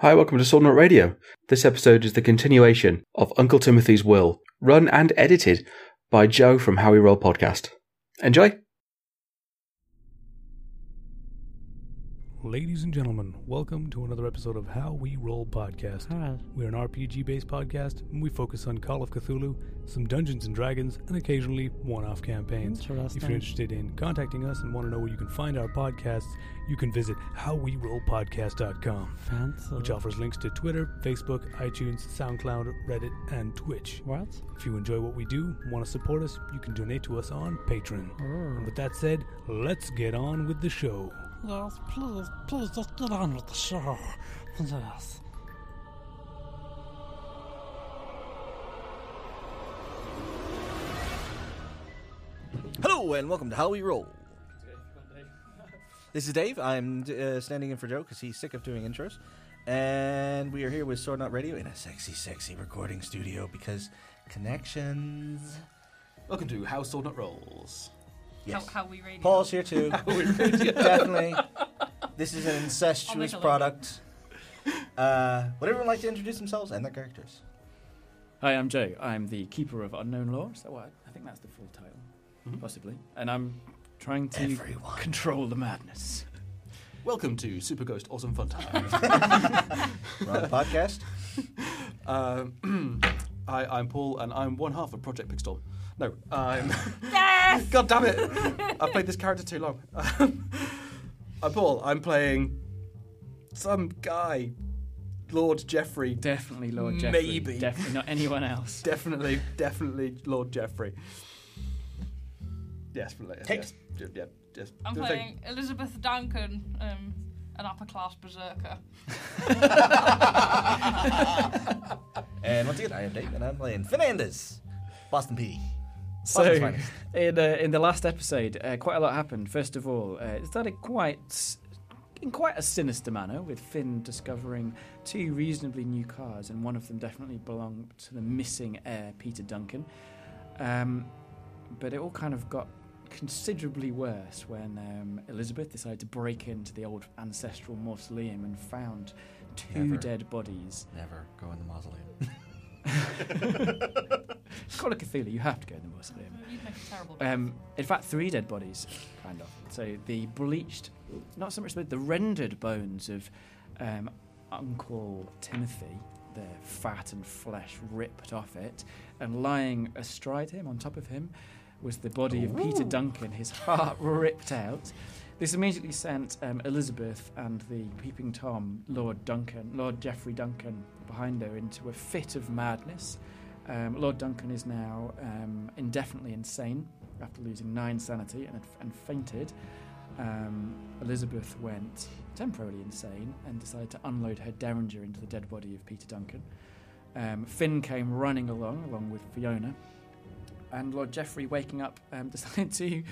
Hi, welcome to Swordnut Radio. This episode is the continuation of Uncle Timothy's Will, run and edited by Joe from How We Roll Podcast. Enjoy. Ladies and gentlemen, welcome to another episode of How We Roll Podcast. We're an RPG based podcast and we focus on Call of Cthulhu, some Dungeons and Dragons, and occasionally one off campaigns. If you're Interesting. interested in contacting us and want to know where you can find our podcasts, you can visit howwerollpodcast.com, Fancy. which offers links to Twitter, Facebook, iTunes, SoundCloud, Reddit, and Twitch. What? If you enjoy what we do and want to support us, you can donate to us on Patreon. And with that said, let's get on with the show. Yes, please, please just get on with the show. Yes. Hello and welcome to How We Roll. This is Dave. I'm uh, standing in for Joe because he's sick of doing intros. And we are here with Sword Not Radio in a sexy, sexy recording studio because connections. Welcome to House Sword Nut Rolls. Yes. How, how we radio. Paul's here too. Definitely. This is an I'll make incestuous a little- product. Uh, would everyone like to introduce themselves and their characters? Hi, I'm Joe. I'm the keeper of unknown law. Is that what I, I think that's the full title, possibly. And I'm trying to Everyone. control the madness. Welcome to Super Ghost Awesome Fun Time. We're on the podcast. um, I, I'm Paul, and I'm one half of Project Pixstorm. No, I'm. Yes! God damn it! I've played this character too long. I'm Paul. I'm playing some guy, Lord Jeffrey. Definitely Lord Jeffrey. Maybe. Definitely not anyone else. definitely, definitely Lord Jeffrey. Yes, yes, Takes- yes, yeah, yes. I'm The thing. playing Elizabeth Duncan, um, an upper class berserker. And once again, I am Dave and I'm playing Fernandez, Boston P. So, Boston's finest. in, uh, in the last episode, uh, quite a lot happened. First of all, uh, it started quite s- in quite a sinister manner with Finn discovering two reasonably new cars, and one of them definitely belonged to the missing heir, Peter Duncan. Um, but it all kind of got considerably worse when um, Elizabeth decided to break into the old ancestral mausoleum and found two Never. dead bodies. Never go in the mausoleum. It's called a Cthulhu. You have to go in the mausoleum. You'd make a terrible. Um, in fact, three dead bodies, kind of. So the bleached, not so much the, the rendered bones of um, Uncle Timothy, the fat and flesh ripped off it, and lying astride him, on top of him, was the body of Peter Duncan, his heart ripped out. This immediately sent um, Elizabeth and the Peeping Tom, Lord Duncan, Lord Geoffrey Duncan, behind her into a fit of madness. Um, Lord Duncan is now um, indefinitely insane after losing nine sanity and, and fainted. Um, Elizabeth went temporarily insane and decided to unload her derringer into the dead body of Peter Duncan. Um, Finn came running along, along with Fiona, and Lord Geoffrey, waking up, um, decided to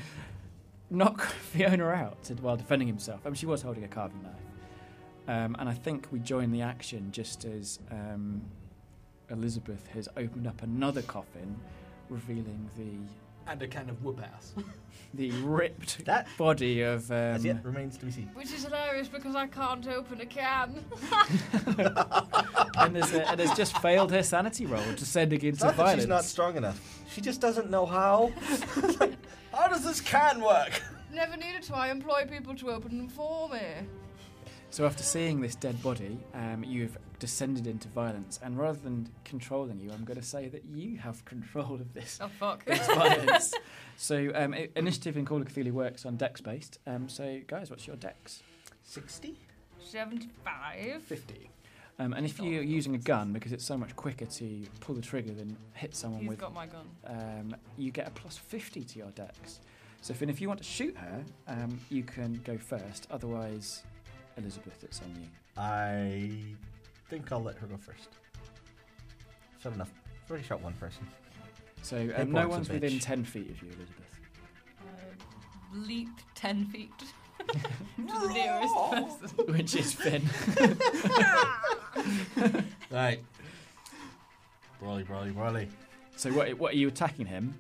knock Fiona out to- while defending himself. I mean, she was holding a carving knife. Um, and I think we join the action just as um, Elizabeth has opened up another coffin, revealing the And a can of whoop ass. the ripped That, body of um, as yet, remains to be seen. Which is hilarious because I can't open a can. and, has, uh, and has just failed her sanity roll, descending It's into not that violence. she's not strong enough. She just doesn't know how. It's like, how does this can work? Never needed to. I employ people to open them for me. So after seeing this dead body, um, you've descended into violence, and rather than controlling you, I'm going to say that you have control of this Oh fuck. this violence. So um, i- initiative in Call of Cthulhu works on dex based. Um, so guys, what's your dex? 60? 75. 50. Um, and if you're using a gun, because it's so much quicker to pull the trigger than hit someone He's with got my gun. um, you get a plus 50 to your dex. So, Finn, if you want to shoot her, um, you can go first. Otherwise, Elizabeth, it's on you. I think I'll let her go first. Shot enough. I've already shot one person. So, Hey, um, no boy, one's it's a within bitch. 10 feet of you, Elizabeth. I leap 10 feet to the nearest person. Which is Finn. Right. Brawly, brawly, brawly. So, what, what are you attacking him?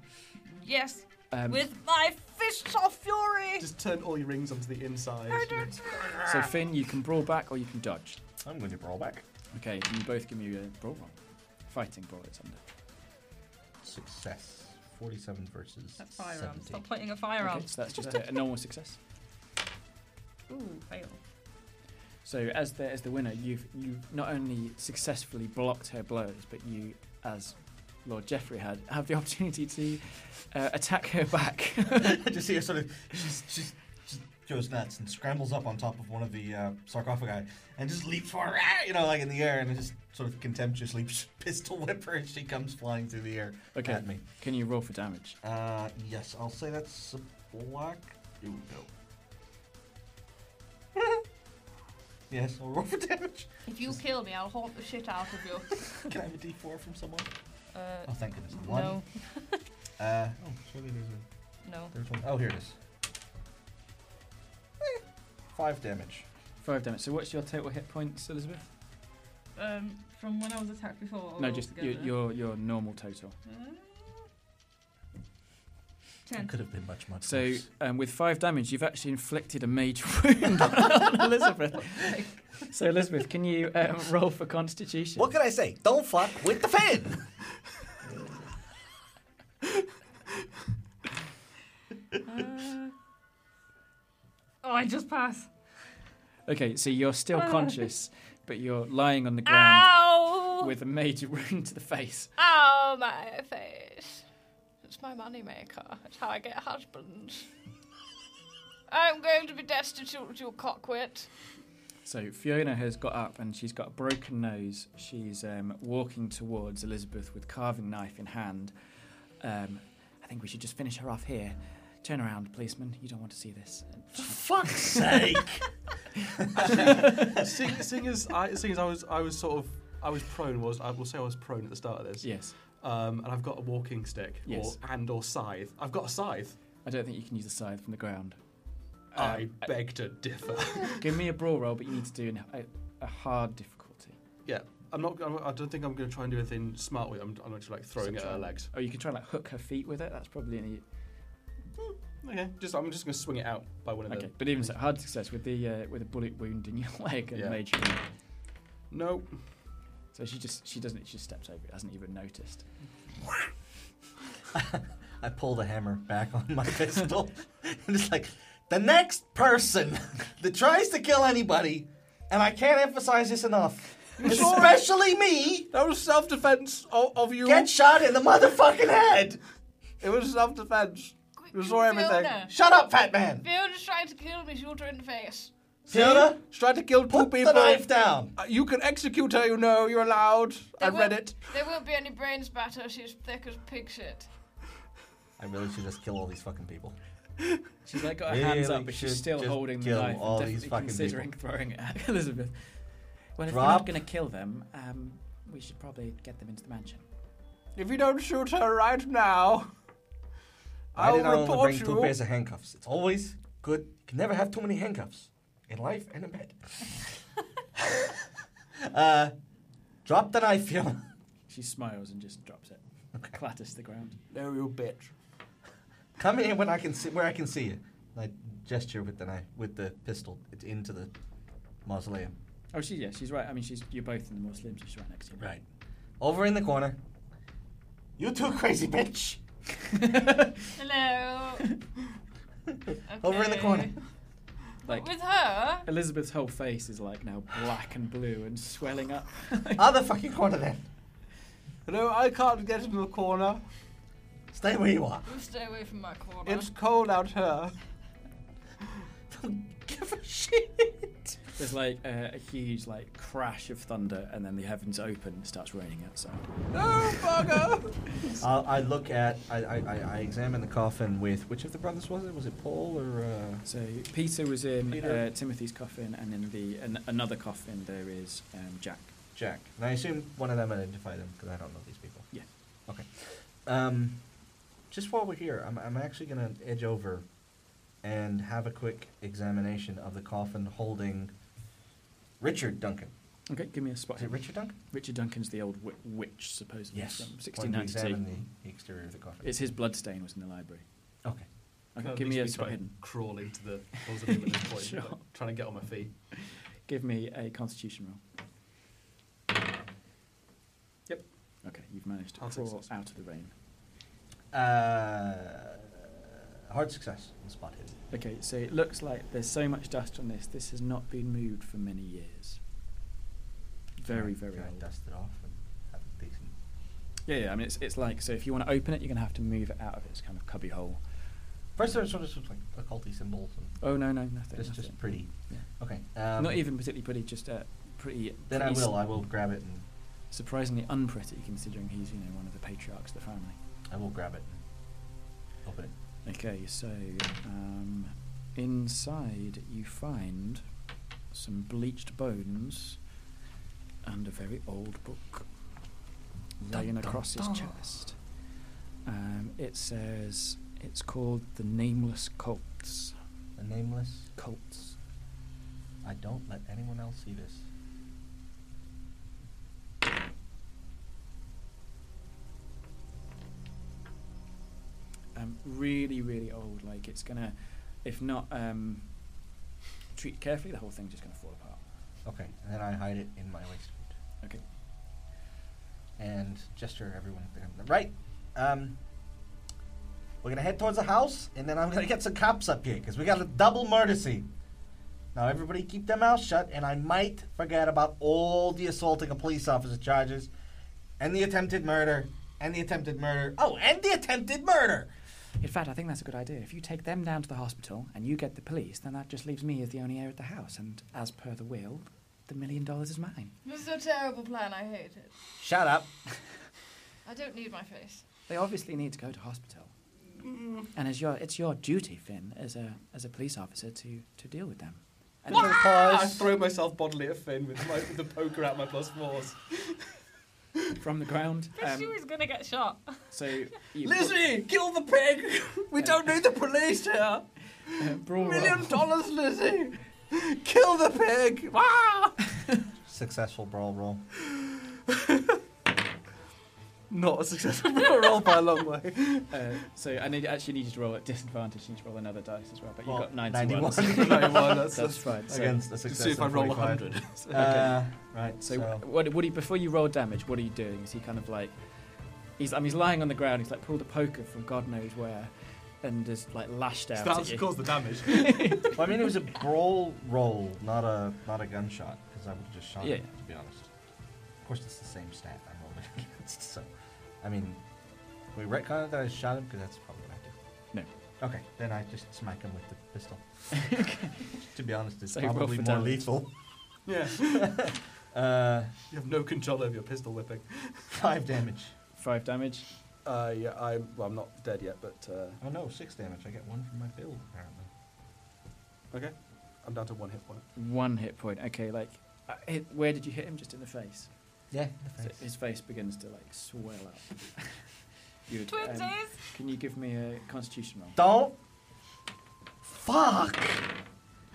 Yes, Um, with my fists of fury. Just turn all your rings onto the inside. I don't so, Finn, you can brawl back or you can dodge. I'm going to brawl back. Okay, you both give me a brawl roll. Fighting brawl, it's under. Success. 47 versus That firearm. Stop pointing a firearm. Okay, so that's just a, a normal success. Ooh, fail. So as the as the winner, you've you not only successfully blocked her blows, but you, as Lord Geoffrey had, have the opportunity to uh, attack her back. I just see her sort of. She's, she's, she goes nuts and scrambles up on top of one of the uh, sarcophagi and just leaps for her, ah, you know, like in the air, and just sort of contemptuously pistol whip her as she comes flying through the air Okay. at me. Can you roll for damage? Uh, yes, I'll say that's a black. Ooh, no. yes, I'll roll for damage. If you kill me, I'll haunt the shit out of you. Can I have a d4 from someone? Uh, Oh, thank goodness. One. no, Uh, oh, surely there's a. no. There's one. Oh, here it is. Eh, Five damage. Five damage. So what's your total hit points, Elizabeth? Um, from when I was attacked before. or no, just your, altogether? your your normal total. Uh, Ten. Could have been much, much So worse. um, with five damage, you've actually inflicted a major wound on Elizabeth. So Elizabeth, can you um, roll for Constitution? What can I say? Don't fuck with the fan. Uh, oh, I just pass. Okay, so you're still Ah. conscious, but you're lying on the ground Ow! with a major wound to the face. Ow, my face. It's my moneymaker. It's how I get husbands. I'm going to be destitute, you cockwit. So Fiona has got up and she's got a broken nose. She's um, walking towards Elizabeth with carving knife in hand. Um, I think we should just finish her off here. Turn around, policeman. You don't want to see this. Fuck's sake! seeing, seeing as I, seeing as I was, I was sort of, I was prone. Was I will say I was prone at the start of this. Yes. Um, and I've got a walking stick Yes. or and or scythe. I've got a scythe. I don't think you can use the scythe from the ground. I Um, beg to differ. Give me a brawl roll, but you need to do an, a, a hard difficulty. yeah, I'm not. I'm, I don't think I'm going to try and do anything smart with it. I'm, I'm actually like throwing it at her Try- legs. Oh, you can try and like hook her feet with it. That's probably e, any. Okay, just I'm just going to swing it out by one of Okay, them. but even so, hard success with the uh, with a bullet wound in your leg and Yeah. major. wound. No, So she just she doesn't she just steps over it. Hasn't even noticed. I pull the hammer back on my pistol, and it's like the next person that tries to kill anybody, and I can't emphasize this enough, especially me, that was self defense of, of you. get shot in the motherfucking head. it was self defense. Quick, You saw everything. Fiona. Shot up, fat man. Fiona's trying to kill me, shoot her in the face. Fiona, Try to kill two put the people. knife down. Uh, You can execute her. You know you're allowed. I read it. There won't be any brains batter, she's thick as pig shit. I really should just kill all these fucking people. She's like got her hands Really up, but she's should still just holding the kill knife. all and these definitely fucking considering throwing it at Elizabeth. Well, if we're Drop. not going to kill them, um, we should probably get them into the mansion. If you don't shoot her right now, Why I'll did I only report bring two you. pairs of handcuffs? It's always good. You can never have too many handcuffs in life and in bed. uh, drop the knife, Fiona. She smiles and just drops it, clatters to the ground. No, you bitch. Come in when I can see where I can see you. And I gesture with the knife, with the pistol It's into the mausoleum. Oh, she yeah, she's right. I mean, she's you're both in the Muslims. She's right next to you. Right. Over in the corner. You too, crazy bitch. Hello. Over in the Okay. corner. Like With her? Elizabeth's whole face is like now black and blue and swelling up. Other fucking corner then. No, I can't get in the corner. Stay where you are. You Stay away from my corner. It's cold out here. Don't give a shit. There's like a, a huge like crash of thunder, and then the heavens open. It starts raining outside. No, bugger. I'll, I look at, I, I, I, I examine the coffin with, which of the brothers was it? Was it Paul or? Uh... So Peter was in Peter. Uh, Timothy's coffin, and in the an, another coffin there is um, Jack. Jack. And I assume one of them identified them because I don't know these people. Yeah. Okay. Um, just while we're here, I'm, I'm actually going to edge over and have a quick examination of the coffin holding Richard Duncan. Okay, give me a spot Is it here. Richard Duncan? Richard Duncan's the old wi- witch, supposedly from When we examine 1692. the, the exterior of the coffin. It's his bloodstain was in the library. okay. Okay, give me a spot trying to hidden. crawl into the mausoleum at this point. Sure. like, trying to get on my feet. Give me a Constitution roll. Yep. Okay, you've managed to I'll take crawl six. out of the rain. Uh, hard success on spot hidden. Okay, so it looks like there's so much dust on this. This has not been moved for many years. Very, Can I- very can I old. Dust it off and have a decent. Yeah, yeah. I mean, it's, it's like so. If you want to open it, you're gonna have to move it out of its kind of cubby hole. First, I just wanted some like occulty symbols and Oh no, no, nothing. just nothing. just pretty. Yeah. Okay. Um, not even particularly pretty. Just uh, pretty. Then I pretty s- will. uh, I will grab it and Surprisingly unpretty, considering he's you know one of the patriarchs of the family. I will grab it. And open it. Okay, so um, inside you find some bleached bones and a very old book laying across his chest. Um, it says it's called the Nameless Cults. The nameless. Cults. I don't let anyone else see this. Um, really, really old. Like it's gonna, if not um, treated carefully, the whole thing's just gonna fall apart. Okay. And then I hide it in my waistcoat. Okay. and gesture everyone at the- right um we're gonna head towards the house and then i'm gonna get some cops up here because we got a double murder scene now everybody keep their mouth shut and i might forget about all the assaulting a police officer charges and the attempted murder and the attempted murder oh and the attempted murder In fact, I think that's a good idea. If you take them down to the hospital and you get the police, then that just leaves me as the only heir at the house. And as per the will, the million dollars is mine. This is a terrible plan. I hate it. shut up I don't need my face. They obviously need to go to hospital. And it's your, it's your duty, Finn, as a, as a police officer, to, to deal with them. And if- I throw myself bodily at Finn with, my, with the poker out my plus fours. from the ground. But she um, was gonna get shot. so you Lizzie, kill the pig! We don't need the police here! uh, brawl Million roll. dollars, Lizzie! Kill the pig! Ah! successful brawl roll Not a successful roll by a long way. Uh, so I need, actually need you to roll at disadvantage. You need to roll another dice as well. But Well, you got 91. 91. so No, well, that's, that's fine. So, against a Let's success see if I of roll 45. 100. uh, right So, so, what, what he, before you roll damage, what are you doing? Is he kind of like, he's, I mean, he's lying on the ground. He's like pulled a poker from God knows where, and just like lashed out That's at you. caused the damage. well, i mean it was a brawl roll not a not a gunshot because i would have just shot Yeah. him to be honest Of course, it's the same stat I rolled against. So, I mean, we retcon it that I shot him because that's probably what I No. do. No. Okay, then I just smack him with the pistol. to be honest, it's So roll probably for more damage. lethal. yeah. Uh, You have no control over your pistol whipping. five damage. Five damage. Uh, yeah, I'm, well, I'm not dead yet, but uh, Oh no, six damage. I get one from my build apparently. okay. I'm down to one hit point. One hit point. Okay, like, uh, hit, where did you hit him? Just in the face. Yeah. So his face begins to like swell up. You- um, Twinsies. can you give me a Constitution roll? Don't fuck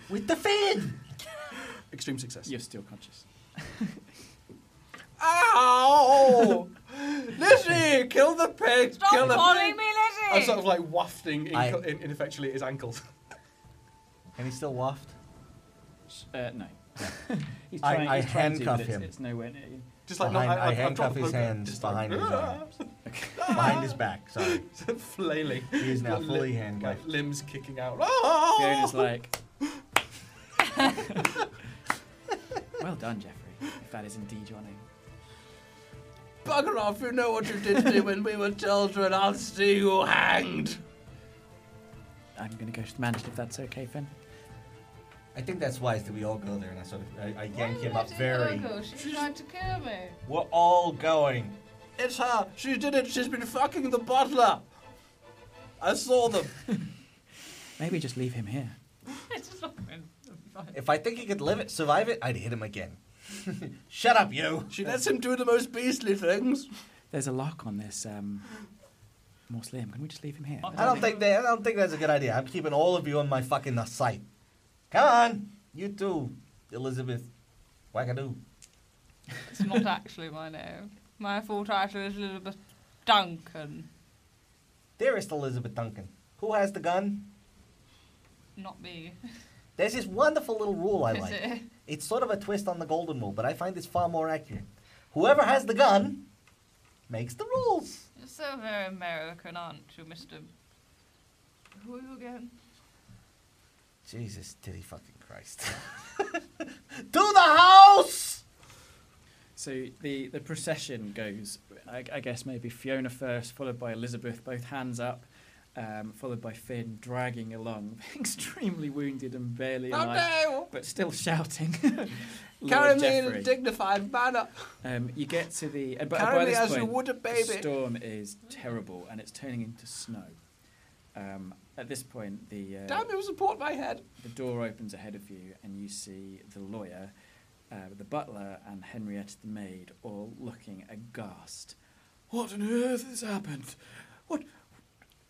with the fin. Extreme success. You're still conscious. Ow! Lizzie, kill the pig! Stop kill the calling pig! me I'm Lizzie. sort of like wafting in, I- in, ineffectually at his ankles. Can he still waft? Uh, no. he's I- trying, I he's trying to, but handcuff it's, him. It's nowhere near you. Just like behind, not, I, I, I've handcuff dropped the his poker, hands just "Ah," behind his arms, Okay. behind his back. Sorry. like, flailing. He is now Lim- fully like, handcuffed. limbs kicking out. "Ah, Oh. Fiona's like, well done, Jeffrey. If that is indeed your name. Bugger off! You know what you did to me when we were children. I'll see you hanged. I'm going to go to the mansion if that's okay, Finn. I think that's wise that we all go there, and I sort of I, I yank Why him would up I do very. that? She tried to kill me. We're all going. It's her. She did it. She's been fucking the butler. I saw them. Maybe just leave him here. It's just not going. It'll be fine. If I think he could live it, survive it, I'd hit him again. Shut up, you. She lets him do the most beastly things. There's a lock on this um, mausoleum. Can we just leave him here? I don't think that. I don't think that's a good idea. I'm keeping all of you on my fucking sight. Come on, you too, Elizabeth. Wackadoo. It's not actually my name. My full title is Elizabeth Duncan, Dearest Elizabeth Duncan, who has the gun? not me. There's this wonderful little rule I Is like. it? It's sort of a twist on the golden rule, but I find this far more accurate. Whoever has the gun makes the rules. You're so very American, aren't you, Mister? Who are you again? Jesus, did he fucking Christ. to the house! So the, the procession goes, I, I guess maybe Fiona first, followed by Elizabeth, both hands up, um, followed by Finn dragging along, extremely wounded and barely alive, no! but still shouting. Lord Carry me in a Jeffrey. dignified manner. Um, you get to the. And by, by Carry me this as point, you would a The baby. storm is terrible and it's turning into snow. Um, at this point, the uh, Damn, it will support my head. the door opens ahead of you, and you see the lawyer, uh, the butler, and Henrietta the maid all looking aghast. What on earth has happened? What,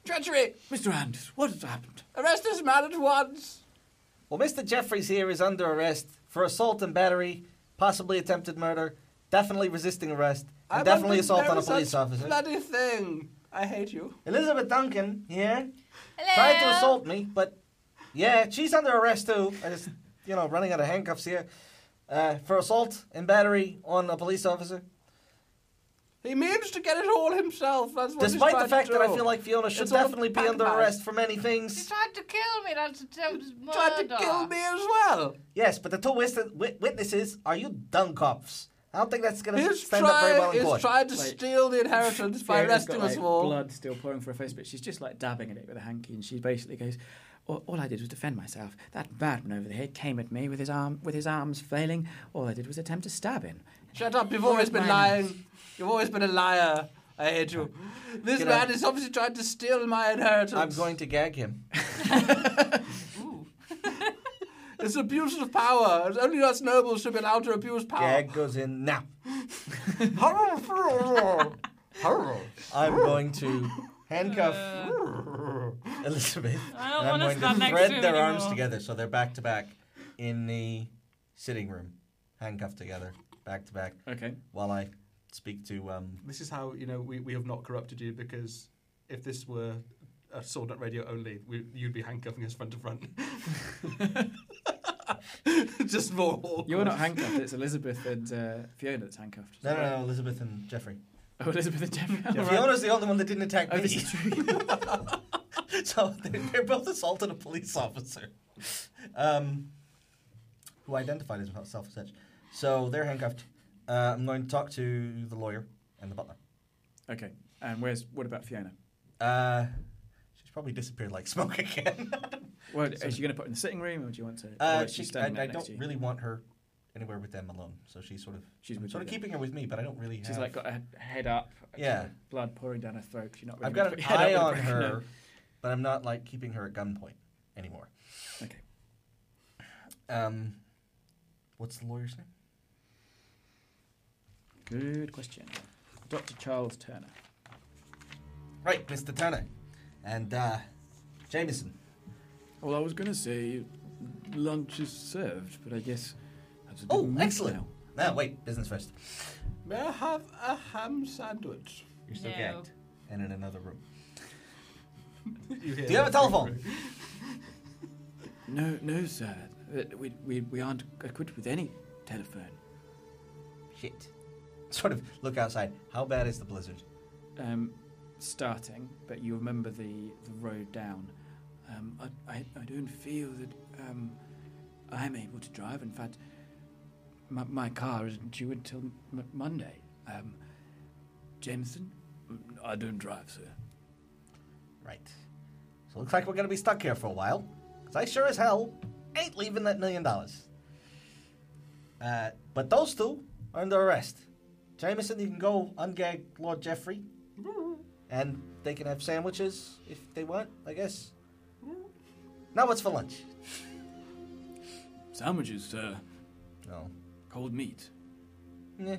Treachery! Mr. Anders? What has happened? Arrest this man at once! Well, Mr. Jeffries here is under arrest for assault and battery, possibly attempted murder, definitely resisting arrest, and I'm definitely under assault no on a police such officer. Bloody thing! I hate you. Elizabeth Duncan here Hello. tried to assault me, but yeah, she's under arrest too. I just, you know, running out of handcuffs here uh, for assault and battery on a police officer. He means to get it all himself. That's what he's Despite the trying fact to that I do. feel like Fiona should It's all a definitely be bad under mouth. arrest for many She things. tried to kill me. That's attempted murder. tried to kill me as well. Yes, but the two wis- wit- witnesses are you dung cops. I don't think that's going to He's stand up very well trying, in he's court. trying to Like, steal the inheritance by Fiona's got, arresting us like, all. Blood still pouring from her face, but she's just like dabbing at it with a hanky, and she basically goes, "All, all I did was defend myself. That badman over here came at me with his arm, with his arms flailing. All I did was attempt to stab him." Shut up! You've always been lying. You've always been a liar. I hate you. This Get man out. is obviously trying to steal my inheritance. I'm going to gag him. It's abuse of power. It's only us nobles should be allowed to abuse power. Gag goes in now. I'm going to handcuff Elizabeth. Uh, I don't and I'm wanna going stand to next thread to him their arms anymore. together so they're back to back in the sitting room, handcuffed together, back to back, Okay. while I speak to. Um, This is how you know we, we have not corrupted you because if this were a sword at radio only, we, you'd be handcuffing us front to front. Just more. awkward. You're not handcuffed. It's Elizabeth and uh, Fiona that's handcuffed. no, no, no, Elizabeth and Jeffrey. Oh, Elizabeth and Jeffrey. all right. Fiona's the only one that didn't attack Oh, me. this is true. so they're, they're both assaulted a police officer um, who identified himself as such. So they're handcuffed. Uh, I'm going to talk to the lawyer and the butler. okay. And where's what about Fiona? Uh, she's probably disappeared like smoke again. Well, is she going to put her in the sitting room, or do you want to? or uh, is she she, I, standing I right next don't to you? really want her anywhere with them alone. So she's sort of She's I'm with sort you of then. keeping her with me, but I don't really. She's have- like got her head up. Yeah. Blood pouring down her throat. 'cause You're not. Really I've got gonna an put your head eye up on with a broken her, nose. but I'm not like keeping her at gunpoint anymore. Okay. Um, what's the lawyer's name? Good question. Dr. Charles Turner. Right, Mr. Turner, and uh, Jameson. Well, I was going to say lunch is served, but I guess that's a Oh, excellent. No, wait, business first. May I have a ham sandwich? You're still No. gagged and in another room. You hear Do you have that? a telephone? No, no, sir. Uh, We, we, we aren't equipped with any telephone. Shit. Sort of look outside. How bad is the blizzard? um, starting, but you remember the, the road down. Um, I, I, I don't feel that um, I'm able to drive. In fact, my, my car isn't due until m- Monday. Um, Jameson? I don't drive, sir. Right. So looks like we're gonna be stuck here for a while. Cause I sure as hell ain't leaving that million dollars. Uh, but those two are under arrest. Jameson, you can go ungag Lord Jeffrey, and they can have sandwiches if they want. I guess. Now what's for lunch? Sandwiches, sir. No. Cold meat. Yeah.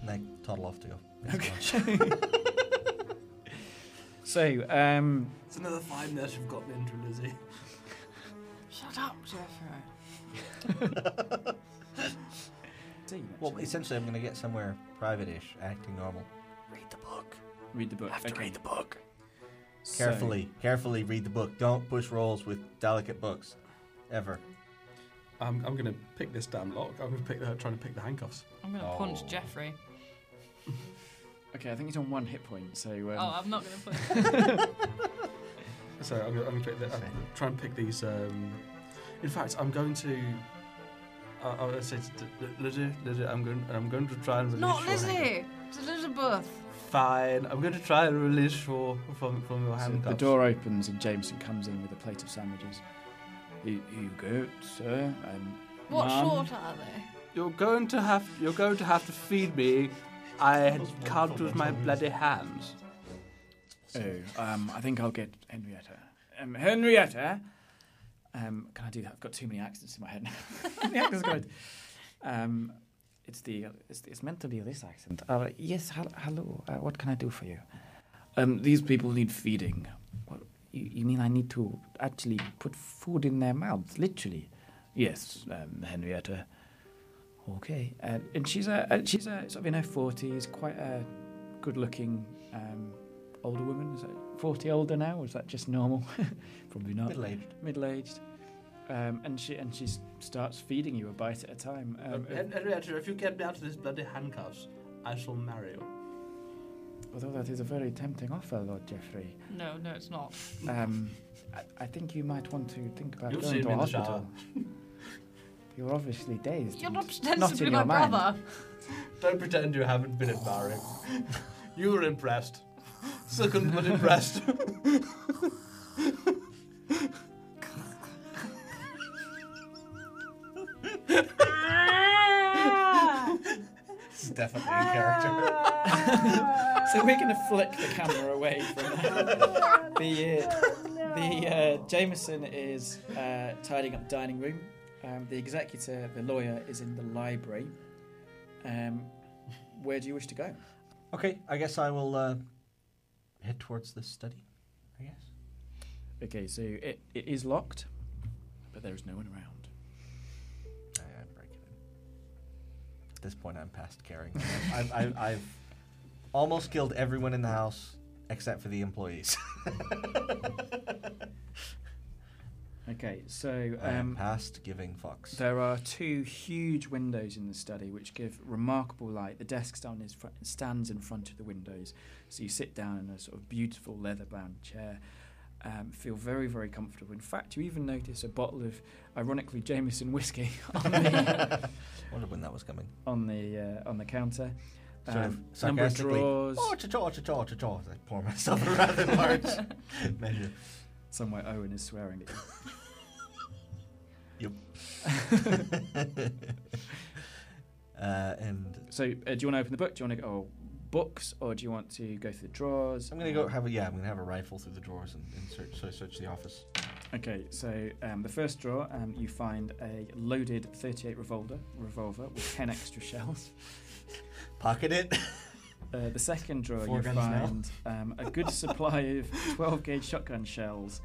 And I toddle off to go. Okay. So, um, It's another five minutes you've gotten into, Lizzie. Shut up, Jeffrey. Well, essentially, I'm going to get somewhere private-ish, acting normal. Read the book read the book. Have to read the book. carefully. Carefully read the book. Don't push rolls with delicate books, ever. I'm, I'm gonna pick this damn lock. I'm gonna pick the, trying to pick the handcuffs. I'm gonna Oh. punch Jeffrey. Okay, I think he's on one hit point, so. Um, Oh, I'm not going to put. Sorry, I'm, gonna- I'm, gonna pick the, I'm gonna try and pick these. Um, in fact, I'm going to. I, I would say, to- to- Lizzie, Lizzie, I'm going. I'm going to try and release. not your hand. Lizzie. It's Elizabeth. Fine. I'm going to try and release your from from your So hand. the door opens and Jameson comes in with a plate of sandwiches. Here here you go, sir. Um, What ma'am." sort are they? You're going to have. You're going to have to feed me. I Most can't wonderful with my mental bloody hands. Oh, um, I think I'll get Henrietta. Um, Henrietta! Um, can I do that? I've got too many accents in my head now. the accent's going. Um, it's, the, it's, it's meant to be this accent. Uh, yes, hel- hello. Uh, what can I do for you? Um, these people need feeding. What, you, you mean I need to actually put food in their mouths, literally? Yes, um, Henrietta. Okay. Uh, and she's a, uh, she's a, sort of in her 40s, quite a good looking um, older woman? Is that 40 older now, or is that just normal? Probably not. Middle aged. Middle aged. Um, and she and she s- starts feeding you a bite at a time. Um, Hen- Henrietta, if you get me out of these bloody handcuffs, I shall marry you. although that is a very tempting offer, Lord Geoffrey. No, no, it's not. Um, I, I think you might want to think about You'll see going to him in the hospital. You're obviously dazed. You're and not ostensibly in my your mind. brother. Don't pretend you haven't been at Barry. you were impressed. Second but impressed. It's definitely a character. So we're going to flick the camera away from that. the uh, the uh, Jameson is uh, tidying up the dining room. Um, the executor, the lawyer, is in the library. Um, where do you wish to go? Okay, I guess I will uh, head towards this study. I guess. Okay, so it, it is locked, but there is no one around. I, I break it in. At this point, I'm past caring. I've, I've, I've almost killed everyone in the house except for the employees. Okay, so I am um, past giving fucks. there are two huge windows in the study which give remarkable light. The desk stand is fr- stands in front of the windows, so you sit down in a sort of beautiful leather-bound chair. Um, feel very, very comfortable. In fact, you even notice a bottle of, ironically, Jameson whiskey on the Wondered when that was coming. on the uh, on the counter. Sort of Um, number of sarcastically, drawers. Oh, cha-cha, cha-cha, cha-cha. I pour myself a rather large measure. Somewhere Owen is swearing at you. Uh, and So, uh, do you want to open the book? Do you want to go oh, books, or do you want to go through the Uh, drawers? I'm gonna go have a yeah. I'm gonna have a rifle through the drawers and, and search. So I search the office. Okay, so um, the first drawer, um, you find a loaded 38 revolver, revolver with 10 extra shells. Pocket it. Uh, the second drawer, Four you guns now. find um, a good supply of 12 gauge shotgun shells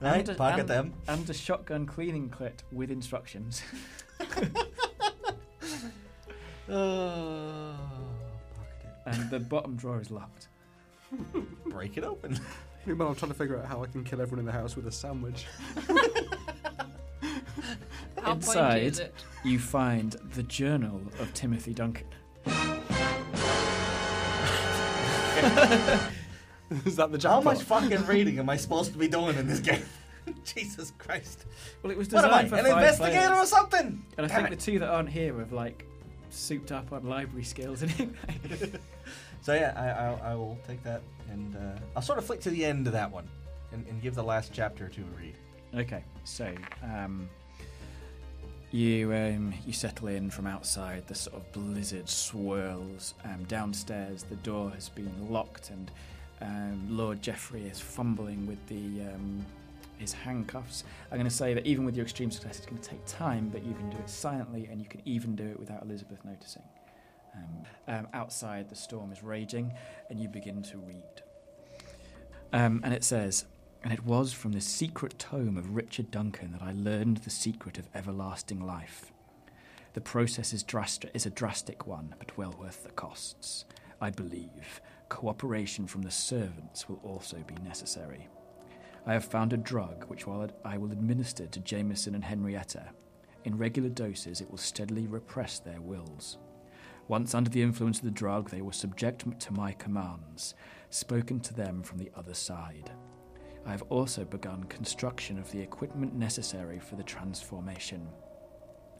Right. And a- Pocket and- them. and a shotgun cleaning kit with instructions. Oh, pocket and the bottom drawer is locked. it. Break it open. Meanwhile, I'm trying to figure out how I can kill everyone in the house with a sandwich. How Inside. pointy is it? You find the journal of Timothy Duncan. Is that the How jackpot? much fucking reading am I supposed to be doing in this game? Jesus Christ. Well, it was What designed am I? for An five investigator players. or something? And I Damn think the two that aren't here have like souped up on library skills and So yeah, I, I, I will take that and uh, I'll sort of flick to the end of that one and, and give the last chapter to a read. Okay, so um, you um, you settle in from outside. The sort of blizzard swirls um, downstairs. The door has been locked, and um, Lord Geoffrey is fumbling with the um, his handcuffs. I'm going to say that even with your extreme success, it's going to take time, but you can do it silently, and you can even do it without Elizabeth noticing. Um, um, outside, the storm is raging, and you begin to read. Um, and it says. And it was from the secret tome of Richard Duncan that I learned the secret of everlasting life. The process is, drastic, is a drastic one, but well worth the costs. I believe cooperation from the servants will also be necessary. I have found a drug which while ad- I will administer to Jameson and Henrietta. In regular doses, it will steadily repress their wills. Once under the influence of the drug, they were subject to my commands, spoken to them from the other side. I have also begun construction of the equipment necessary for the transformation.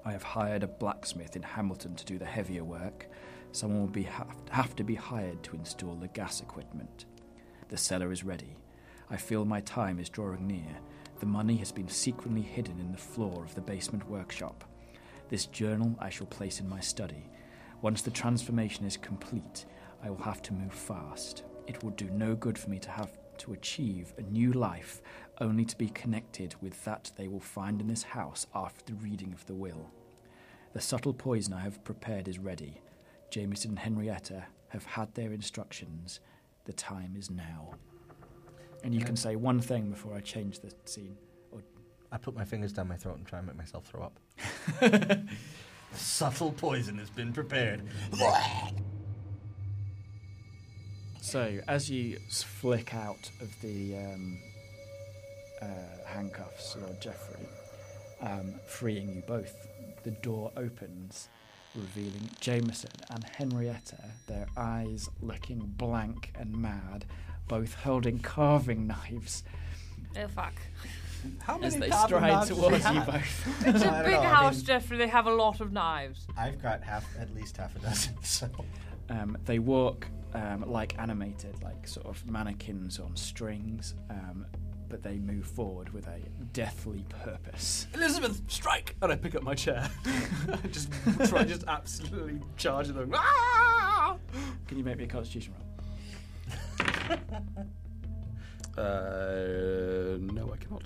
I have hired a blacksmith in Hamilton to do the heavier work. Someone will be have, have to be hired to install the gas equipment. The cellar is ready. I feel my time is drawing near. The money has been secretly hidden in the floor of the basement workshop. This journal I shall place in my study. Once the transformation is complete, I will have to move fast. It will do no good for me to have to achieve a new life only to be connected with that they will find in this house after the reading of the will. The subtle poison I have prepared is ready. Jameson and Henrietta have had their instructions. The time is now. And you can say one thing before I change the scene. I put my fingers down my throat and try and make myself throw up. Subtle poison has been prepared. So, as you s- flick out of the um, uh, handcuffs, Lord Geoffrey, um, freeing you both, the door opens, revealing Jameson and Henrietta, their eyes looking blank and mad, both holding carving knives Oh, fuck. How as they carbon stride knives do towards have? you It's both. I a don't big know, I house, mean- Jeffrey. They have a lot of knives. I've got half, at least half a dozen. So Um, they walk um, like animated, like sort of mannequins on strings, um, but they move forward with a deathly purpose. Elizabeth, strike! And I pick up my chair. just try, just absolutely charge at them. Ah! Can you make me a constitution roll? Uh, no, I cannot.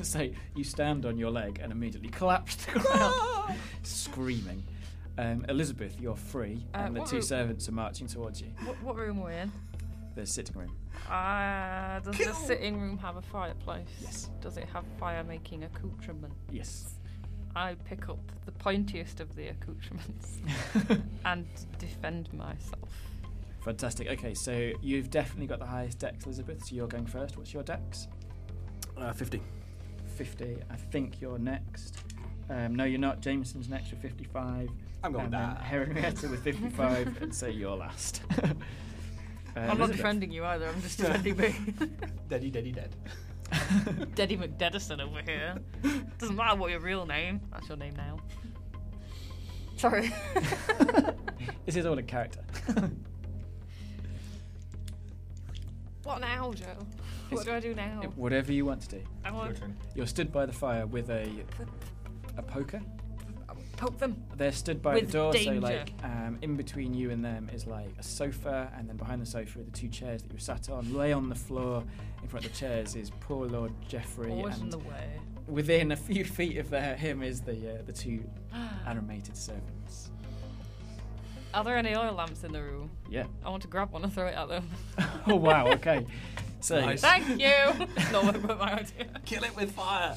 so you stand on your leg and immediately collapse to the ground, screaming. Um, Elizabeth, you're free, Uh, and the what two are- servants are marching towards you. What, what room are we in? The sitting room. Uh, does the sitting room have a fireplace? Yes. Does it have fire-making accoutrement? Yes. I pick up the pointiest of the accoutrements and defend myself. Uh, Fantastic. Okay, so you've definitely got the highest dex, Elizabeth, so you're going first. What's your dex? Uh, 50. 50. I think you're next. Um, no, you're not. Jameson's next with 55. I'm going and with then that. Henrietta with 55, and so you're last. Uh, I'm not Elizabeth. defending you either. I'm just defending me. Deady, deady, dead. Deddy McDedison over here. Doesn't matter what your real name. That's your name now. Sorry. This is all in character. What now, Joe? It's- What do I do Oh. now? Whatever you want to do. I want to You're stood by the fire with a a poker. poke them. They're stood by With the door, danger. so like um, in between you and them is like a sofa, and then behind the sofa are the two chairs that you sat on. Lay on the floor in front of the chairs is poor Lord Geoffrey, Always in and the way. within a few feet of the, him is the uh, the two animated servants. Are there any oil lamps in the room? Yeah. I want to grab one and throw it at them. Oh wow. Okay. So Thank you. no, I put my idea. Kill it with fire!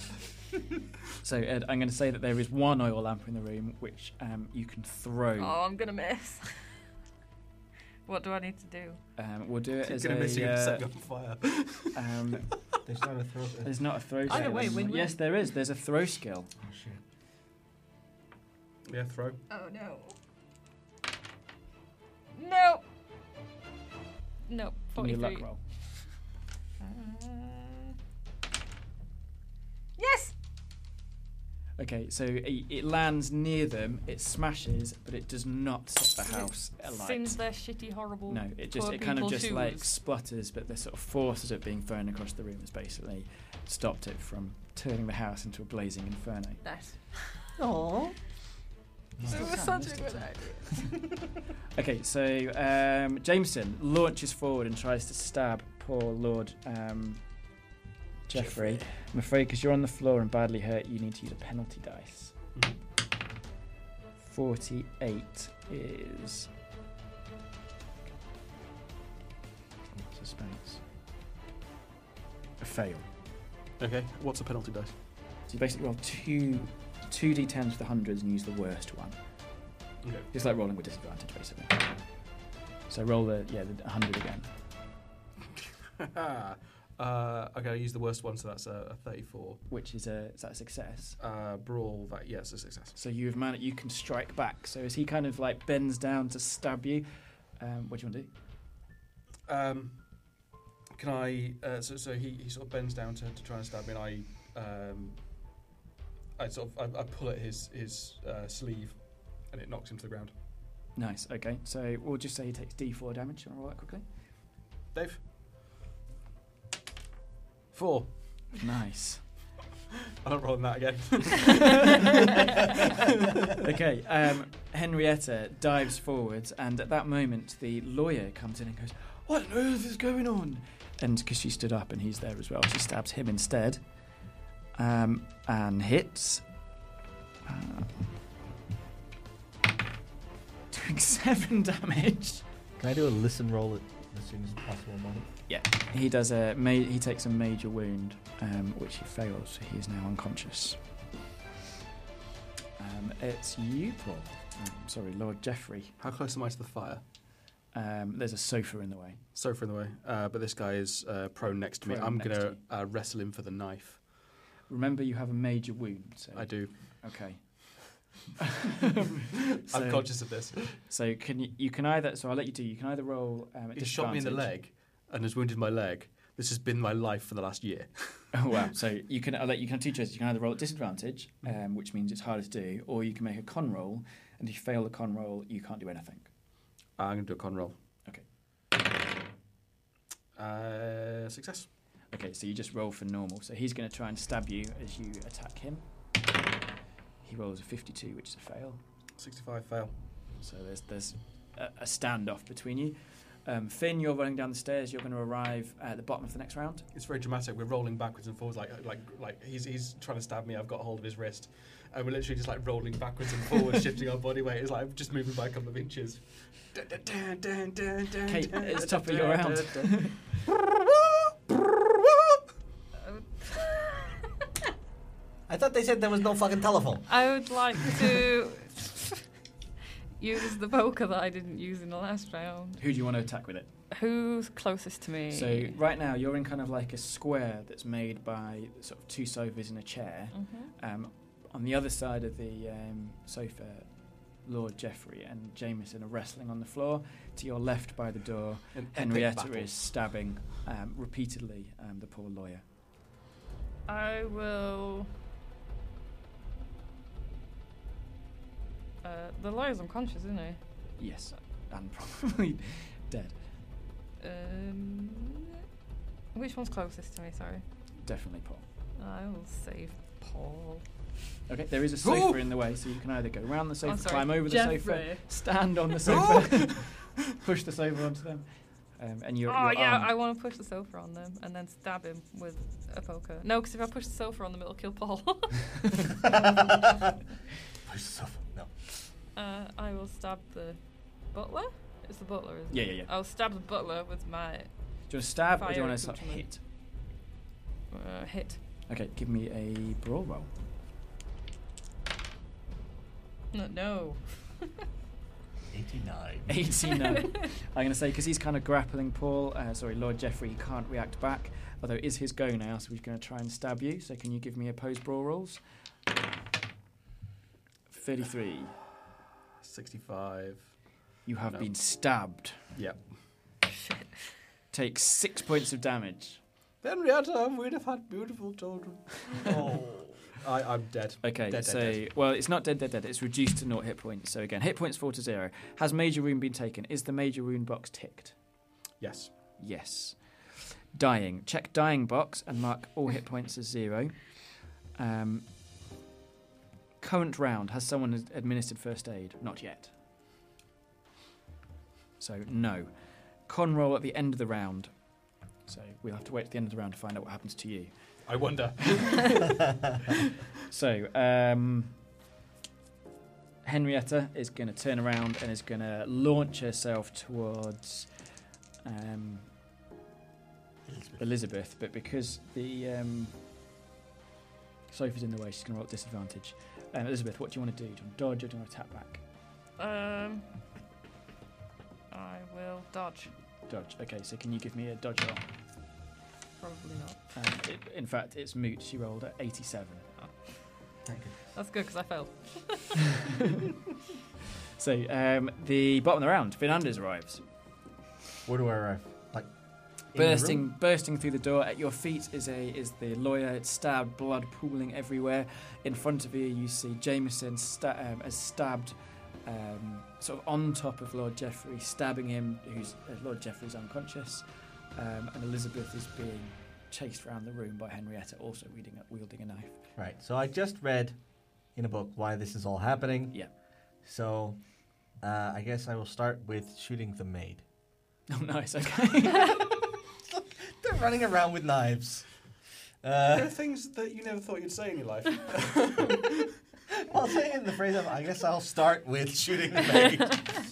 so Ed, I'm going to say that there is one oil lamp in the room which um, you can throw. Oh, I'm gonna miss. what do I need to do? Um, we'll do It's it as gonna a. miss you and set uh, me on fire. um, there's not a throw. Oh, There's not a throw. Either skill, way, isn't win-win. there? Yes, there is. There's a throw skill. shit. Yeah, throw. Oh no. No. No. Give me a luck Forty-three. roll. Yes. Okay, so it, it lands near them. It smashes, but it does not set the house alight. Sings their shitty, horrible. No, it just poor it kind of people just shoes. like splutters, but the sort of force of it being thrown across the room has basically stopped it from turning the house into a blazing inferno. Nice. Oh. Still It was time, such a still good time. idea. Okay, so um, Jameson launches forward and tries to stab poor Lord um, Jeffrey. I'm afraid because you're on the floor and badly hurt, you need to use a penalty dice. 48 is. Suspense. A fail. Okay, what's a penalty dice? So you basically roll two two d10s for the hundreds and use the worst one. Okay. It's like rolling with disadvantage, basically. So roll the yeah the hundred again. Ah, Uh, okay, I use the worst one, so that's a, a 34. which is a is that a success? Uh, brawl, that, yeah, it's a success. So you've man, you can strike back. So as he kind of like bends down to stab you, um, what do you want to do? Um, can I? Uh, so, so he, he sort of bends down to, to try and stab me, and I, um, I sort of I, I pull at his his uh, sleeve, and it knocks him to the ground. Nice. Okay. So we'll just say he takes D4 damage. I'll roll that quickly. Dave. Four. Nice. I'm not rolling that again. okay. Um, Henrietta dives forwards, and at that moment, the lawyer comes in and goes, "What on earth is going on?" And because she stood up and he's there as well, she stabs him instead, um, and hits. Uh, doing seven damage. Can I do a listen roll at, as soon as possible? Moment? He does a ma- he takes a major wound, um, which he fails. So he is now unconscious. Um, it's you, Paul. Um, sorry, Lord Jeffrey. How close am I to the fire? Um, there's a sofa in the way. Sofa in the way, uh, but this guy is uh, prone next to me. Prone I'm next gonna to uh, wrestle him for the knife. Remember, you have a major wound. So I do. Okay. I'm so, conscious of this. so can you, you can either so I'll let you do. You can either roll. Um, at He shot me in the disadvantage- leg, and has wounded my leg. This has been my life for the last year. Oh wow! So you can I'll let you can have two choices. You can either roll at disadvantage, um, which means it's harder to do, or you can make a con roll, and if you fail the con roll, you can't do anything. I'm gonna do a con roll. Okay. Uh, success. Okay, so you just roll for normal. So he's going to try and stab you as you attack him. He rolls a 52, which is a fail. 65 fail. So there's there's a, a standoff between you. Um, Finn, you're running down the stairs. You're going to arrive at the bottom of the next round. It's very dramatic. We're rolling backwards and forwards, like like like he's he's trying to stab me. I've got hold of his wrist, and we're literally just like rolling backwards and forwards, shifting our body weight. It's like just moving by a couple of inches. Kate, it's top of your round. I thought they said there was no fucking telephone. I would like to use the poker that I didn't use in the last round. Who do you want to attack with it? Who's closest to me? So right now you're in kind of like a square that's made by sort of two sofas and a chair. Mhm. Um, on the other side of the um, sofa, Lord Jeffrey and Jameson are wrestling on the floor. To your left by the door, Henrietta is stabbing um, repeatedly um, the poor lawyer. I will. Uh, the lawyer's unconscious, isn't he? Yes, and probably dead. Um, which one's closest to me? Sorry. Definitely Paul. I will save Paul. Okay, there is a sofa in the way, so you can either go round the Oh, sofa, sorry, climb over the sofa, Jeffrey. stand on the sofa, push the sofa onto them, um, and your, oh your yeah, arm. I want to push the sofa on them and then stab him with a poker. No, because if I push the sofa on them, it'll kill Paul. Push the sofa. No. uh, I will stab the butler. It's the butler, isn't Yeah, it? yeah, yeah. I'll stab the butler with my Do you want to stab or do you Fire want to sort of accoutrement. hit? uh, hit. Okay, give me a brawl roll. No, no. 89. 89. I'm going to say, because he's kind of grappling Paul, uh, sorry, Lord Jeffrey, he can't react back. Although it is his go now, so he's going to try and stab you. So can you give me opposed brawl rolls? 33. 65. You have No. been stabbed. Yep. Take six points of damage. Henrietta, we'd have had beautiful children. oh. I, I'm dead. Okay, Dead, dead, so well, it's not dead, dead, dead. It's reduced to naught hit points. So again, hit points four to zero. Has major wound been taken? Is the major wound box ticked? Yes. Yes. Dying. Check dying box and mark all hit points as zero. Um, current round. Has someone ad- administered first aid? Not yet. So, no. Con roll at the end of the round. So, we'll have to wait to the end of the round to find out what happens to you. I wonder. So, um, Henrietta is going to turn around and is going to launch herself towards um, Elizabeth. but because the um, sofa's in the way, she's going to roll at disadvantage. Um, Elizabeth, what do you want to do? Do you want to dodge or do you want to attack back? Um, I will dodge Dodge. Okay, so can you give me a dodge roll? Probably not. Um, it, in fact, it's moot. She rolled at 87. Thank you. That's good because I failed. So um, the bottom of the round, Fernandez arrives. Where do I arrive? Like in the room? Bursting, bursting through the door at your feet is a is the lawyer. It's stabbed, blood pooling everywhere. In front of you, you see Jameson sta- um, as stabbed, um, sort of on top of Lord Jeffrey, stabbing him. Who's uh, Lord Jeffrey's unconscious, um, and Elizabeth is being chased around the room by Henrietta, also reading, wielding a knife. Right. So I just read in a book why this is all happening. Yeah. So uh, I guess I will start with shooting the maid. Oh, nice. Okay. They're running around with knives. There Uh, are things that you never thought you'd say in your life. I'll say in the phrase of I guess I'll start with shooting the maid.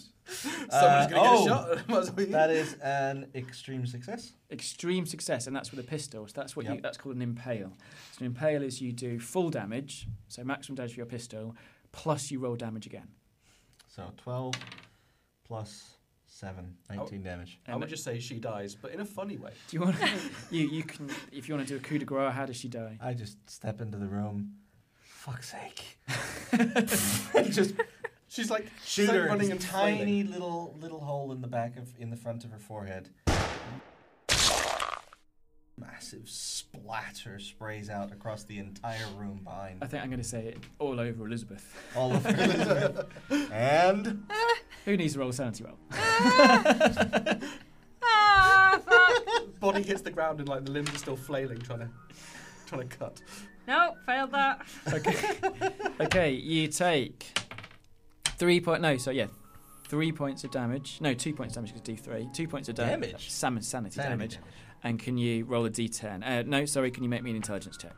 Someone's gonna oh, get a shot. Might as well- That is an extreme success. extreme success, and that's with a pistol. So that's what you, Yep. that's called an impale. So an impale is you do full damage, so maximum damage for your pistol, plus you roll damage again. So 12 plus 7, 19 damage. I would just say she dies, but in a funny way. Do you want you you can if you want to do a coup de grace? How does she die? I just step into the room. Fuck's sake. and just She's like, shoot she's like her running in and this tiny tiny. little little hole in the back of in the front of her forehead. Massive splatter sprays out across the entire room behind I think I'm going to say it all over Elizabeth. all of her. and Who needs to roll a sanity roll? Ah, fuck. Body hits the ground and like the limbs are still flailing, trying to, trying to cut. no, failed that. Okay, you take three point. No, so yeah, three points of damage. No, two points of damage because D three. Two points of da- Damage? Salmon sanity, Sanity damage. And can you roll a D10? Uh, no, sorry. Can you make me an intelligence check?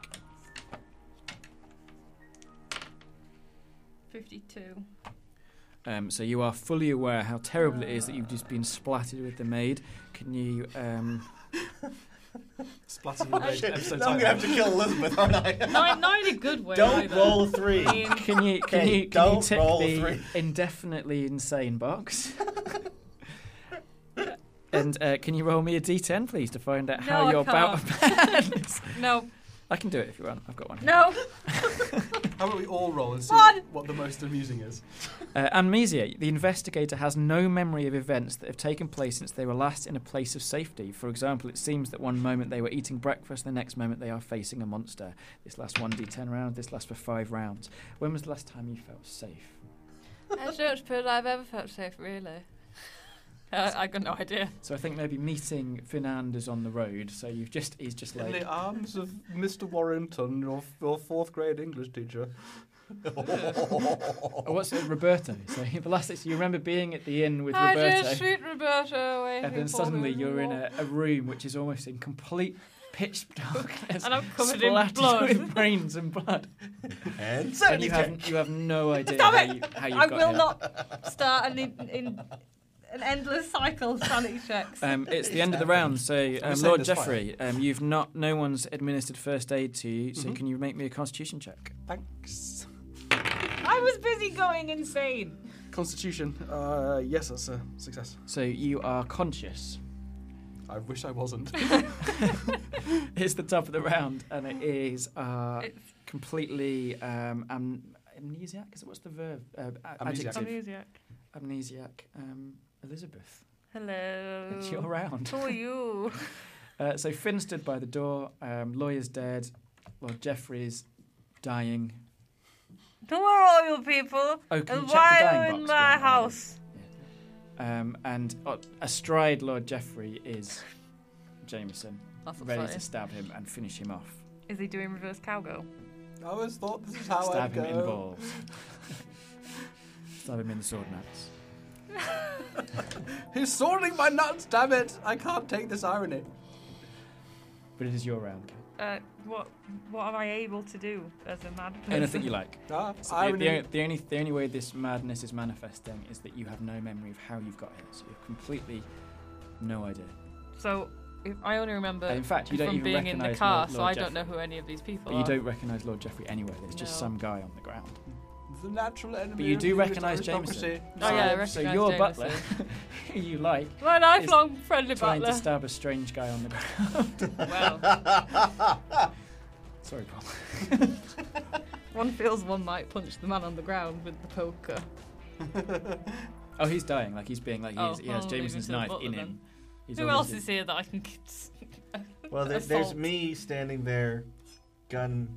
52. Um, so you are fully aware how terrible it is that you've just been splattered with the maid. Can you? Um, Splattering the blade. Shit, episode now title. I'm gonna have to kill Elizabeth, aren't I? Not, not in a good way. Don't either. roll a three. I mean, can you? Can Okay, you? Can you don't tick roll a the three. indefinitely insane box? and uh, can you roll me a d10, please, to find out how No, I you're about? no, I can do it if you want. I've got one. here. no. How about we all roll and see One. what the most amusing is? Uh, amnesia. The investigator has no memory of events that have taken place since they were last in a place of safety. For example, it seems that one moment they were eating breakfast, the next moment they are facing a monster. This last 1d10 round, this lasts for five rounds. When was the last time you felt safe? I don't suppose I've ever felt safe, really. Uh, I got no idea. So I think maybe meeting Fernandez on the road. So you've just, he's just In like, the arms of Mr. Warrington, your, your fourth grade English teacher. oh, what's it, Roberto? So the last, so you remember being at the inn with I Roberto. just sweet Roberto away. and then suddenly you're in a, a room which is almost in complete pitch darkness. And I'm covered in splattered blood. with brains and blood. and and you have you have no idea Stop how it! you, how you I got will here. not start an, in, in, an endless cycle of sanity checks. Um, it's the end of the round, so um, saying Lord this fire. Jeffrey, um, you've not. No one's administered first aid to you, Mm-hmm. so can you make me a Constitution check? Thanks. I was busy going insane. Constitution. Uh, yes, that's a success. So you are conscious. I wish I wasn't. It's the top of the round, and it is uh, Oh. It's- completely um, am- amnesiac. Is it, what's the verb? Uh, a- Amnesiac. adjective. Amnesiac. Oh. Amnesiac. Um, Elizabeth, Hello. it's your round. Who are you? Uh, so Finn stood by the door. Um, lawyer's dead. Lord Jeffrey's dying. Who are all you people? Oh, can and you check why the are dying you in box? my Yeah. house? Um, and uh, astride Lord Jeffrey is Jameson, That's ready upsetting. to stab him and finish him off. Is he doing reverse cowgirl? I always thought this is how stab I'd him go. in the balls. stab him in the sword nuts. He's sorting my nuts, damn it! I can't take this irony. But it is your round. Kate. Uh, what what am I able to do as a mad person? Anything you like. Ah, So the, irony. the o- the only the only way this madness is manifesting is that you have no memory of how you've got here. So you've completely no idea. So if I only remember uh, in fact, you don't from even being in the recognise car, Lord- so Lord I don't Jeffrey. know who any of these people But you are. don't recognise Lord Jeffrey anyway. There's just No. some guy on the ground. the natural enemy. But you of do the recognise aristocracy. Jameson. Oh, yeah, I so recognise your Jameson. butler, who you like, My lifelong friendly trying butler. to stab a strange guy on the ground. well, Sorry, Paul. one feels one might punch the man on the ground with the poker. Oh, he's dying. Like he's being like he, Oh, is, he has I'll leave him Jameson's to the knife butler in then. him. He's Who obviously- else is here that I can? k- s- Well, there, there's Assault. me standing there, gun.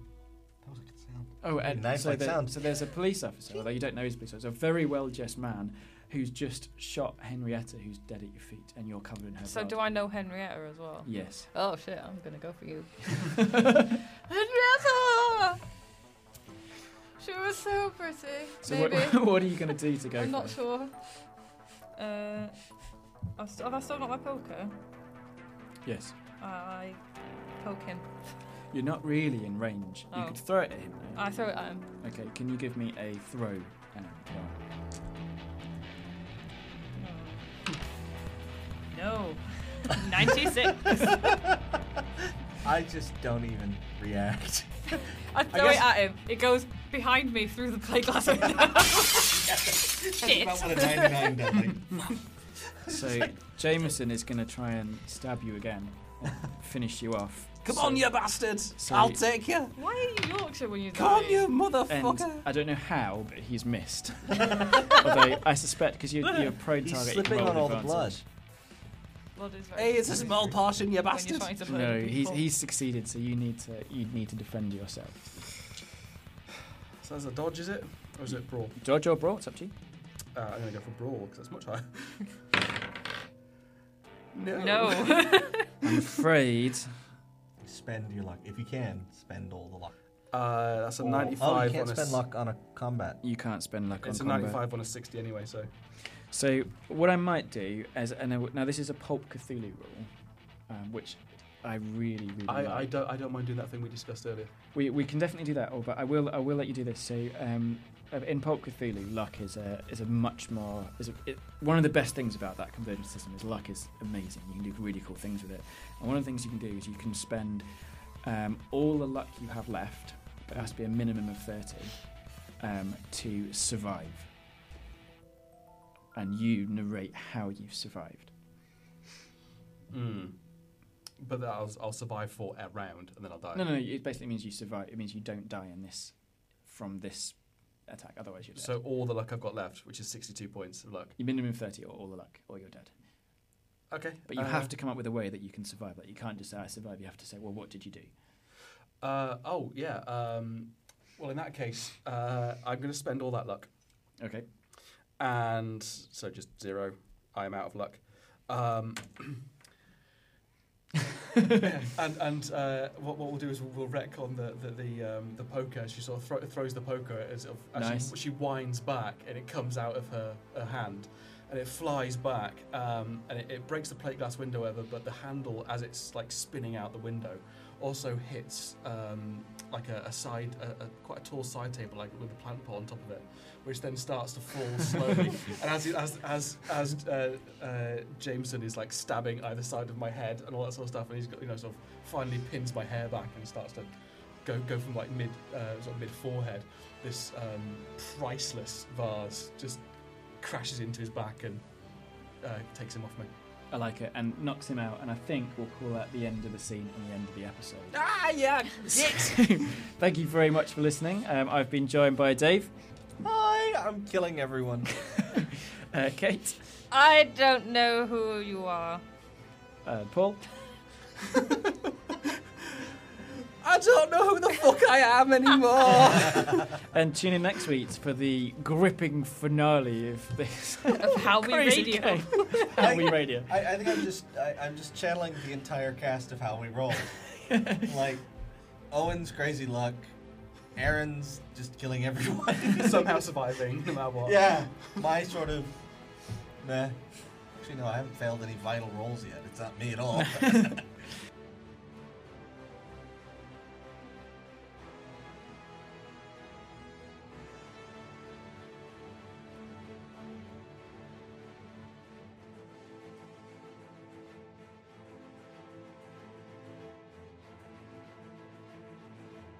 That was a good sound. Oh, and Knife so, like there- sound. so there's a police officer, although you don't know he's a police officer, a very well dressed man who's just shot Henrietta, who's dead at your feet, and you're covered in her So blood. do I know Henrietta as well? Yes. Oh shit! I'm gonna go for you, Henrietta. She was so pretty. So Maybe. What, what are you going to do to go? I'm for not it? sure. Uh, I've st- have I still got my poker? Yes. I poke him. You're not really in range. You Oh. could throw it at him. Though. I throw it at him. Okay. Can you give me a throw? And Hmm. No. 96. I just don't even react. I throw guess- it at him. It goes behind me through the plate glass window. Shit. That's about what a 99 does. Like, so Jameson is going to try and stab you again, and finish you off. Come So- on, you bastards! so- I'll take you. Why are you Yorkshire when you die? Come on, you And motherfucker! I don't know how, but he's missed. Although I suspect because you're, you're a prone He's target. you slipping roll on all the blood. advantage. Blood is very Hey, it's a small portion, you when you're bastard. trying to No, murder he's people. he's succeeded, so you need to you need to defend yourself. So that's a dodge, is it? Or is it brawl? George or Brawl, it's up to you. Uh, I'm gonna go for brawl because that's much higher. no. No. I'm afraid. spend your luck. If you can, spend all the luck. Uh, that's a All- 95 Oh, you can't on a. spend s- luck on a combat. You can't spend luck It's a on combat. 95 on a 60 anyway, so. So what I might do as and I w- now this is a pulp Cthulhu rule, um, which I really really I, I like. don't I don't mind doing that thing we discussed earlier. We, we can definitely do that, or but I will I will let you do this. So um, uh, in Pulp Cthulhu, luck is a is a much more is a, it, one of the best things about that conversion system is luck is amazing. You can do really cool things with it. And one of the things you can do is you can spend um, all the luck you have left, but it has to be a minimum of thirty, um, to survive. And you narrate how you've survived. Hmm. Mm. But that I'll, I'll survive for a round and then I'll die. No, no, no. It basically means you survive. It means you don't die in this from this attack. Otherwise, you're dead. So all the luck I've got left, which is 62 points of luck. Your minimum 30 or all the luck, or you're dead. Okay. But you uh, have to come up with a way that you can survive. Like you can't just say, I survive. You have to say, well, what did you do? Uh, oh yeah. Um, well, in that case, uh, I'm going to spend all that luck, Okay. and so just zero. I am out of luck. Um, yeah, and and uh, what, what we'll do is we'll, we'll wreck on the the the, um, the poker. She sort of thro- throws the poker as, of, as Nice. she, she winds back, and it comes out of her, her hand, and it flies back, um, and it, it breaks the plate glass window over. But the handle, as it's like spinning out the window, also hits um, like a, a side, a, a, quite a tall side table, like with a plant pot on top of it, which then starts to fall slowly. and as it- as as as uh, uh, Jameson is like stabbing either side of my head and all that sort of stuff, and he's got you know sort of finally pins my hair back and starts to go go from like mid uh, sort of mid forehead. This um, priceless vase just crashes into his back and uh, takes him off me. I like it. And knocks him out. And I think we'll call that the end of the scene and the end of the episode. ah, yeah. Thank you very much for listening. Um, I've been joined by Dave, Hi, I'm killing everyone. uh, Kate, I don't know who you are. uh, Paul, I don't know who the fuck I am anymore. and tune in next week for the gripping finale of this Of how we crazy radio. game. How we radio. I, I think I'm just I, I'm just channeling the entire cast of How We Roll. like Owen's crazy luck, Aaron's just killing everyone. Somehow surviving, no matter what. yeah, my sort of meh. Actually, no, I haven't failed any vital rolls yet. It's not me at all.